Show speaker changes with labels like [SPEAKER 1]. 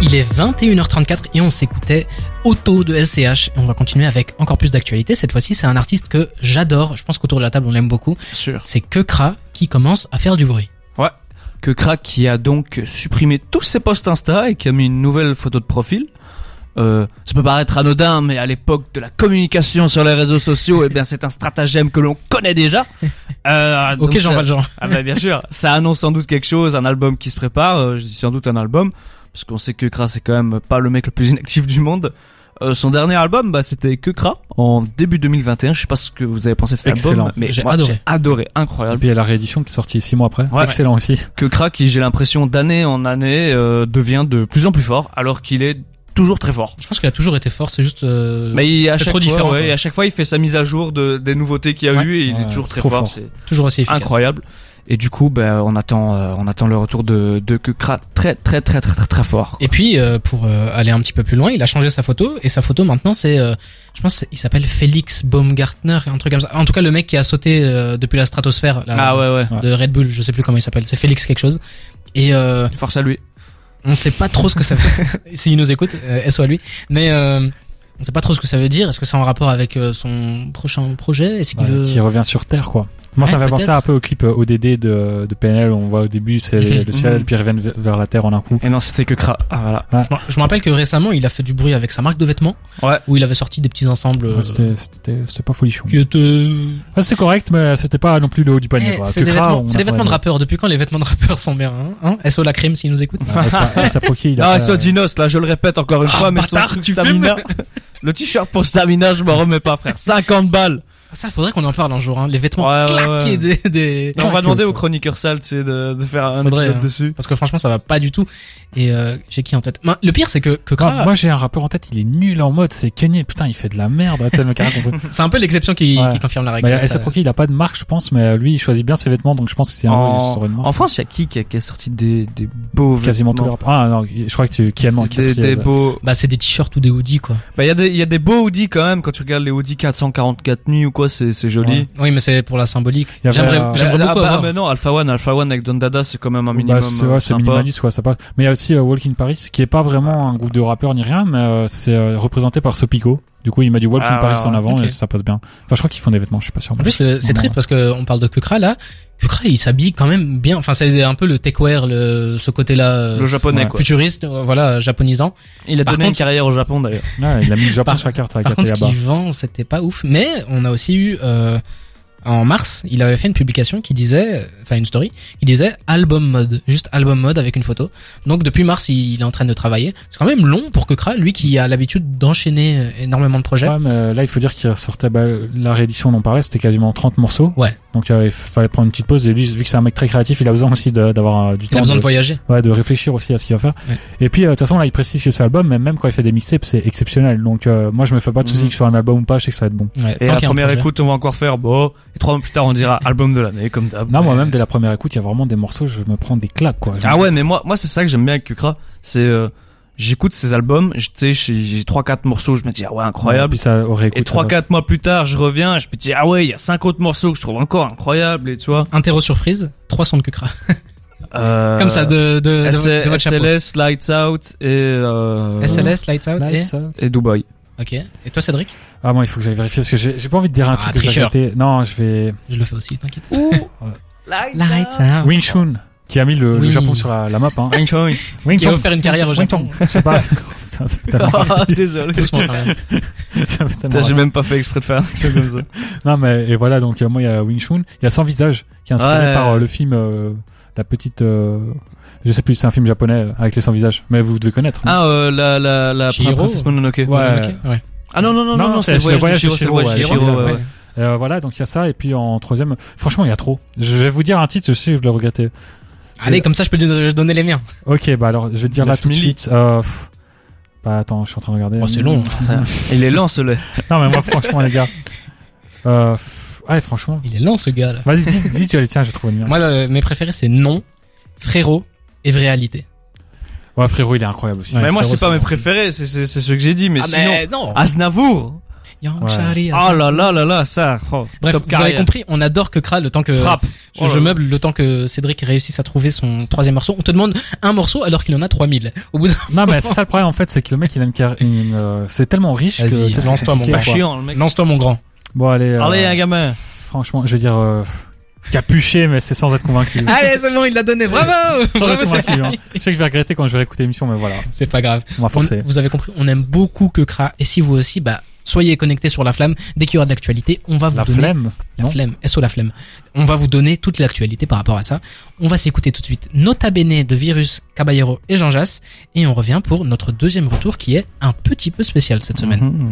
[SPEAKER 1] Il est 21h34 et on s'écoutait Auto de SCH. On va continuer avec encore plus d'actualité. Cette fois-ci, c'est un artiste que j'adore. Je pense qu'autour de la table, on l'aime beaucoup.
[SPEAKER 2] Sûr.
[SPEAKER 1] C'est que Kra qui commence à faire du bruit.
[SPEAKER 2] Ouais. Que Crack qui a donc supprimé tous ses posts Insta et qui a mis une nouvelle photo de profil. Euh, ça peut paraître anodin, mais à l'époque de la communication sur les réseaux sociaux, eh bien c'est un stratagème que l'on connaît déjà. Euh, donc
[SPEAKER 1] ok, Jean
[SPEAKER 2] ça-
[SPEAKER 1] Valjean.
[SPEAKER 2] Ah bah bien sûr, ça annonce sans doute quelque chose, un album qui se prépare, euh, je dis sans doute un album, parce qu'on sait que Kra c'est quand même pas le mec le plus inactif du monde. Euh, son dernier album, bah, c'était Que Kra, en début 2021, je sais pas ce que vous avez pensé de cet
[SPEAKER 3] Excellent.
[SPEAKER 2] album, mais
[SPEAKER 1] J'ai
[SPEAKER 2] moi,
[SPEAKER 1] adoré.
[SPEAKER 2] j'ai adoré,
[SPEAKER 3] Et
[SPEAKER 2] incroyable.
[SPEAKER 3] puis il y a la réédition qui est sortie six mois après.
[SPEAKER 2] Ouais.
[SPEAKER 3] Excellent aussi.
[SPEAKER 2] Que Kra qui j'ai l'impression d'année en année euh, devient de plus en plus fort, alors qu'il est toujours très fort.
[SPEAKER 1] Je pense qu'il a toujours été fort. C'est juste. euh,
[SPEAKER 2] Mais il, à
[SPEAKER 1] C'est
[SPEAKER 2] chaque
[SPEAKER 1] trop
[SPEAKER 2] fois,
[SPEAKER 1] différent,
[SPEAKER 2] ouais,
[SPEAKER 1] quoi.
[SPEAKER 2] et à chaque fois, il fait sa mise à jour de, des nouveautés qu'il y a
[SPEAKER 1] Ouais.
[SPEAKER 2] eu et il
[SPEAKER 3] Ouais,
[SPEAKER 2] est toujours
[SPEAKER 3] c'est
[SPEAKER 2] très
[SPEAKER 3] trop
[SPEAKER 2] fort.
[SPEAKER 3] fort.
[SPEAKER 2] C'est
[SPEAKER 1] toujours aussi efficace.
[SPEAKER 2] incroyable. Et du coup, ben, on attend, euh, on attend le retour de de Kukra très très très très très très fort.
[SPEAKER 1] Et puis, euh, pour euh, aller un petit peu plus loin, il a changé sa photo. Et sa photo maintenant, c'est, euh, je pense, il s'appelle Félix Baumgartner, un truc comme ça. En tout cas, le mec qui a sauté euh, depuis la stratosphère là,
[SPEAKER 2] ah ouais ouais.
[SPEAKER 1] de Red Bull, je sais plus comment il s'appelle. C'est Félix quelque chose. Et euh,
[SPEAKER 2] Force à lui.
[SPEAKER 1] on sait pas trop ce que ça veut. S'il nous écoute, euh, SO à lui. Mais euh, on sait pas trop ce que ça veut dire. Est-ce que c'est en rapport avec euh, son prochain projet Est-ce qu'il
[SPEAKER 3] Ouais,
[SPEAKER 1] veut
[SPEAKER 3] Qui revient sur Terre, quoi. Moi, ça
[SPEAKER 1] Ouais,
[SPEAKER 3] me fait penser
[SPEAKER 1] peut-être.
[SPEAKER 3] un peu au clip euh, ODD de, de PNL. où On voit au début, c'est
[SPEAKER 1] Mhm.
[SPEAKER 3] le ciel, puis ils reviennent v- vers la Terre en un coup.
[SPEAKER 2] Et non, c'était Kukra. Ah voilà.
[SPEAKER 1] Je me- Je me rappelle que récemment, il a fait du bruit avec sa marque de vêtements,
[SPEAKER 2] Ouais.
[SPEAKER 1] où il avait sorti des petits ensembles euh,
[SPEAKER 3] Ouais, c'était- C'était c'était pas folichon.
[SPEAKER 1] qui étaient.
[SPEAKER 3] Ouais, c'était correct, mais c'était pas non plus le haut du panier.
[SPEAKER 1] Eh,
[SPEAKER 3] quoi.
[SPEAKER 1] c'est
[SPEAKER 3] Que
[SPEAKER 1] des
[SPEAKER 3] Kra,
[SPEAKER 1] vêtements,
[SPEAKER 3] on
[SPEAKER 1] c'est des
[SPEAKER 3] a pas
[SPEAKER 1] vêtements de
[SPEAKER 3] aimé.
[SPEAKER 1] rappeurs. Depuis quand les vêtements de rappeurs sont bien hein, hein SO la crime s'ils nous écoutent.
[SPEAKER 3] Ouais, ça- ça, Poki, il a
[SPEAKER 2] Ah,
[SPEAKER 3] fait,
[SPEAKER 2] ça
[SPEAKER 3] euh,
[SPEAKER 2] Dinos, là, je le répète encore une
[SPEAKER 1] Ah,
[SPEAKER 2] fois, mais
[SPEAKER 1] bâtard,
[SPEAKER 2] son truc
[SPEAKER 1] tu
[SPEAKER 2] Stamina. le t-shirt pour Stamina, je m'en remets pas, frère. 50 balles.
[SPEAKER 1] Ah, Ça, faudrait qu'on en parle un jour. Hein, les vêtements
[SPEAKER 2] Ouais, ouais,
[SPEAKER 1] claqués
[SPEAKER 2] ouais.
[SPEAKER 1] des, des-
[SPEAKER 2] Non, on va
[SPEAKER 3] Claque,
[SPEAKER 2] demander
[SPEAKER 3] ça.
[SPEAKER 2] aux chroniqueurs sales, tu sais, de, de faire un
[SPEAKER 1] Faudrait,
[SPEAKER 2] épisode
[SPEAKER 1] hein.
[SPEAKER 2] dessus.
[SPEAKER 1] Parce que franchement, ça va pas du tout. Et euh, j'ai qui en tête Ben, Le pire, c'est que, que
[SPEAKER 3] Kra,
[SPEAKER 1] Kra,
[SPEAKER 3] moi j'ai un rappeur en tête, il est nul en mode, c'est Kenny, putain il fait de la merde, Ah, tu sais, le mec a rien compris.
[SPEAKER 1] c'est un peu l'exception qui,
[SPEAKER 3] Ouais. Bah,
[SPEAKER 1] qui confirme la euh, règle.
[SPEAKER 3] Mais
[SPEAKER 1] Ça-
[SPEAKER 3] ça Poki, il a pas de marque je pense, mais lui il choisit bien ses vêtements donc je pense que c'est un jour, il se sort une marque.
[SPEAKER 2] En France, il y a qui qui a, qui a sorti des, des beaux
[SPEAKER 3] Quasiment tout
[SPEAKER 2] vêtements
[SPEAKER 3] le rappeur. Ah non, je crois que tu Kian manque.
[SPEAKER 2] Des, des beaux.
[SPEAKER 1] Bah, c'est des t-shirts ou des hoodies, quoi.
[SPEAKER 2] Bah, il y a des, il y a des beaux hoodies quand même. Quand tu regardes les hoodies 444 nuits ou quoi, c'est, c'est joli.
[SPEAKER 3] Ouais.
[SPEAKER 1] Oui, mais c'est pour la symbolique.
[SPEAKER 3] Il y avait,
[SPEAKER 1] J'aimerais
[SPEAKER 3] euh,
[SPEAKER 1] j'aimerais
[SPEAKER 2] Ah,
[SPEAKER 1] beaucoup
[SPEAKER 2] bah,
[SPEAKER 1] avoir.
[SPEAKER 2] ah, bah non, Alpha One, Alpha One avec Don Dada, c'est quand même un minimum.
[SPEAKER 3] Bah, c'est
[SPEAKER 2] euh,
[SPEAKER 3] ouais, c'est
[SPEAKER 2] sympa.
[SPEAKER 3] minimaliste, quoi, ça passe. Mais il y a aussi euh, Walking Paris, qui est pas vraiment un groupe de rappeurs ni rien, mais euh, c'est euh, représenté par Sopico. Du coup, il m'a du Walking
[SPEAKER 2] Ah,
[SPEAKER 3] Paris
[SPEAKER 2] ouais,
[SPEAKER 3] en
[SPEAKER 2] ouais,
[SPEAKER 3] avant
[SPEAKER 1] ok.
[SPEAKER 3] et ça passe bien. Enfin, je crois qu'ils font des vêtements, je suis pas sûr.
[SPEAKER 1] En plus, le- c'est
[SPEAKER 3] Non,
[SPEAKER 1] triste parce que on parle de Kukra là. Kukra, il s'habille quand même bien. Enfin, c'est un peu le techwear, le, ce côté-là euh,
[SPEAKER 2] Le japonais,
[SPEAKER 3] Ouais.
[SPEAKER 2] quoi.
[SPEAKER 1] futuriste, euh, voilà, japonisant.
[SPEAKER 2] Il a
[SPEAKER 1] Par
[SPEAKER 2] donné une
[SPEAKER 1] contre-
[SPEAKER 2] carrière au Japon d'ailleurs.
[SPEAKER 3] Ouais, il a mis le Japon
[SPEAKER 1] Par-
[SPEAKER 3] sur la carte avec
[SPEAKER 1] Par contre, ce
[SPEAKER 3] Ateyaba.
[SPEAKER 1] qu'il vend, c'était pas ouf. Mais on a aussi eu euh, en mars, il avait fait une publication qui disait, enfin une story, qui disait album mode, juste album mode avec une photo. Donc depuis mars, il, il est en train de travailler. C'est quand même long pour Kukra, lui qui a l'habitude d'enchaîner euh, énormément de projets.
[SPEAKER 3] Ouais, mais euh, là, il faut dire qu'il sortait bah, la réédition dont on parlait, c'était quasiment 30 morceaux.
[SPEAKER 1] Ouais.
[SPEAKER 3] Donc, euh, il fallait prendre une petite pause. Et lui, vu que c'est un mec très créatif, il a besoin aussi de- d'avoir euh, du
[SPEAKER 1] Il
[SPEAKER 3] temps.
[SPEAKER 1] a besoin
[SPEAKER 3] de-
[SPEAKER 1] de voyager.
[SPEAKER 3] Ouais, de réfléchir aussi à ce qu'il va faire.
[SPEAKER 1] Ouais.
[SPEAKER 3] Et puis, euh, de toute façon, là, il précise que c'est album, mais même quand il fait des mixtapes, c'est exceptionnel. Donc, euh, moi, je me fais pas de soucis
[SPEAKER 2] Mhm.
[SPEAKER 3] que sur un album ou pas, je sais que ça va être bon.
[SPEAKER 1] Ouais,
[SPEAKER 2] Et
[SPEAKER 1] tant
[SPEAKER 2] la
[SPEAKER 1] qu'il y a un
[SPEAKER 2] première
[SPEAKER 1] projet.
[SPEAKER 2] écoute, on va encore faire, bon, et trois mois plus tard, on dira album de l'année, comme d'hab.
[SPEAKER 3] Non, moi-même, dès la première écoute, il y a vraiment des morceaux, je me prends des claques, quoi.
[SPEAKER 2] Ah ouais, mais moi, moi, c'est ça que j'aime bien avec Kukra. C'est, euh, j'écoute ses albums, je- tu sais, j'ai j'ai trois, quatre morceaux, je me dis, ah ouais, incroyable.
[SPEAKER 3] Puis ça aurait
[SPEAKER 2] Et trois, quatre mois plus tard, je reviens, je me dis, ah ouais, il y a cinq autres morceaux que je trouve encore incroyables, et tu vois.
[SPEAKER 1] Interro surprise, 300 de Kukra.
[SPEAKER 2] Euh,
[SPEAKER 1] Comme ça, de, de, de,
[SPEAKER 2] SL,
[SPEAKER 1] de votre chapeau.
[SPEAKER 2] SLS, Lights Out et, euh,
[SPEAKER 1] SLS, Lights Out et...
[SPEAKER 2] et Dubaï.
[SPEAKER 1] Ok. Et toi, Cédric
[SPEAKER 3] Ah, moi, il faut que j'aille vérifier parce que j'ai j'ai pas envie de dire un
[SPEAKER 1] Ah,
[SPEAKER 3] truc que j'ai
[SPEAKER 1] tricheur.
[SPEAKER 3] raté. Non, je vais.
[SPEAKER 1] Je le fais aussi, t'inquiète. Ah.
[SPEAKER 2] Lights,
[SPEAKER 1] Lights Out.
[SPEAKER 3] Wing Chun, qui a mis le, le
[SPEAKER 1] Oui.
[SPEAKER 3] Japon sur la, la map, hein. Wing
[SPEAKER 1] Qui va
[SPEAKER 3] Chun.
[SPEAKER 1] vous faire une carrière euh, au
[SPEAKER 3] Wing
[SPEAKER 1] Japon.
[SPEAKER 3] Chun. Je sais pas. Putain, ça fait tellement raciste.
[SPEAKER 2] Ah, Désolé.
[SPEAKER 1] Doucement, quand même.
[SPEAKER 3] Ça fait tellement
[SPEAKER 2] Putain, J'ai
[SPEAKER 3] raciste.
[SPEAKER 2] même pas fait exprès de faire un truc comme ça.
[SPEAKER 3] Non, mais et voilà, donc euh, moi, il y a Wing Chun, il y a Sans Visage, qui est inspiré
[SPEAKER 2] Ouais.
[SPEAKER 3] par euh, le film euh, La Petite... euh, je sais plus, c'est un film japonais euh, avec les Sans Visages, mais vous devez connaître. hein. non
[SPEAKER 2] Ah, euh, la, la, la
[SPEAKER 1] Chihiro.
[SPEAKER 2] princesse Mononoke.
[SPEAKER 3] Ouais.
[SPEAKER 1] Ok, ouais.
[SPEAKER 2] Ah non, non, non, non, non c'est le voyage de Chihiro, c'est le voyage de
[SPEAKER 3] ouais,
[SPEAKER 2] Chihiro.
[SPEAKER 3] Chihiro,
[SPEAKER 2] ouais, ouais.
[SPEAKER 3] ouais. Euh, voilà, donc il y a ça, et puis en troisième... Franchement, il y a trop. Je vais vous dire un titre, je sais, je vais le regretter.
[SPEAKER 1] Allez, comme ça, je peux te donner les miens.
[SPEAKER 3] Ok, bah alors, je vais te dire là
[SPEAKER 2] Neuf
[SPEAKER 3] tout de
[SPEAKER 2] milli.
[SPEAKER 3] suite... Euh, pff, bah attends, je suis en train de regarder.
[SPEAKER 1] Oh, c'est long.
[SPEAKER 2] Il est lent, ce lait.
[SPEAKER 3] Non, mais moi, franchement, les gars... Euh, pff, ouais, franchement...
[SPEAKER 1] Il est lent, ce gars, là.
[SPEAKER 3] Vas-y, dis, dis, tu- tiens, je trouve une merde.
[SPEAKER 1] Moi, euh, mes préférés, c'est Non, Frérot et Vréalité.
[SPEAKER 3] Ouais, frérot, il est incroyable aussi.
[SPEAKER 1] Ouais.
[SPEAKER 2] Mais moi,
[SPEAKER 1] frérot,
[SPEAKER 2] c'est pas
[SPEAKER 1] c'est
[SPEAKER 2] mes
[SPEAKER 1] ça.
[SPEAKER 2] préférés, c'est c'est- c'est ceux que j'ai dit, Ah, mais sinon.
[SPEAKER 1] Ah, non Ah,
[SPEAKER 2] Aznavour
[SPEAKER 1] Young
[SPEAKER 3] Ouais.
[SPEAKER 1] Shari,
[SPEAKER 2] Oh là là là là, ça. oh,
[SPEAKER 1] Bref,
[SPEAKER 2] top
[SPEAKER 1] vous avez
[SPEAKER 2] carrière.
[SPEAKER 1] compris, on adore Kukra le temps que
[SPEAKER 2] Frappe.
[SPEAKER 1] Euh,
[SPEAKER 2] Oh
[SPEAKER 1] Je, je meuble le temps que Cédric réussisse à trouver son troisième morceau. On te demande un morceau alors qu'il en a 3000. Au bout d'un...
[SPEAKER 3] Non, mais c'est ça le problème en fait, c'est que le mec il a une car- une, euh, c'est tellement riche que.
[SPEAKER 1] Vas-y,
[SPEAKER 3] que c'est
[SPEAKER 1] lance-toi, mon
[SPEAKER 2] Pas
[SPEAKER 3] compliqué,
[SPEAKER 1] gars.
[SPEAKER 3] quoi.
[SPEAKER 2] chiant, le mec. No,
[SPEAKER 1] Lance-toi mon grand.
[SPEAKER 3] Bon, allez. euh,
[SPEAKER 2] Allez, un gamin.
[SPEAKER 3] Franchement, je vais dire euh, capuché, mais c'est sans être convaincu.
[SPEAKER 1] Allez, c'est bon, il l'a donné. Bravo.
[SPEAKER 3] Sans être
[SPEAKER 1] Bravo, c'est-
[SPEAKER 3] convaincu, hein. Je sais que je vais regretter quand je vais écouter l'émission, mais voilà,
[SPEAKER 1] C'est pas grave.
[SPEAKER 3] on va
[SPEAKER 1] On-
[SPEAKER 3] forcer.
[SPEAKER 1] vous avez compris, on aime beaucoup que Kra. Et si vous aussi, bah, soyez connectés sur la flamme. Dès qu'il y aura de l'actualité, on va vous
[SPEAKER 3] La
[SPEAKER 1] donner
[SPEAKER 3] flemme
[SPEAKER 1] la
[SPEAKER 3] non
[SPEAKER 1] flemme. SO la flemme. On va vous donner toute l'actualité par rapport à ça. On va s'écouter tout de suite Nota Bene de Virus, Caballero et Jean Jass. Et on revient pour notre deuxième retour qui est un petit peu spécial cette semaine.
[SPEAKER 2] Mhm.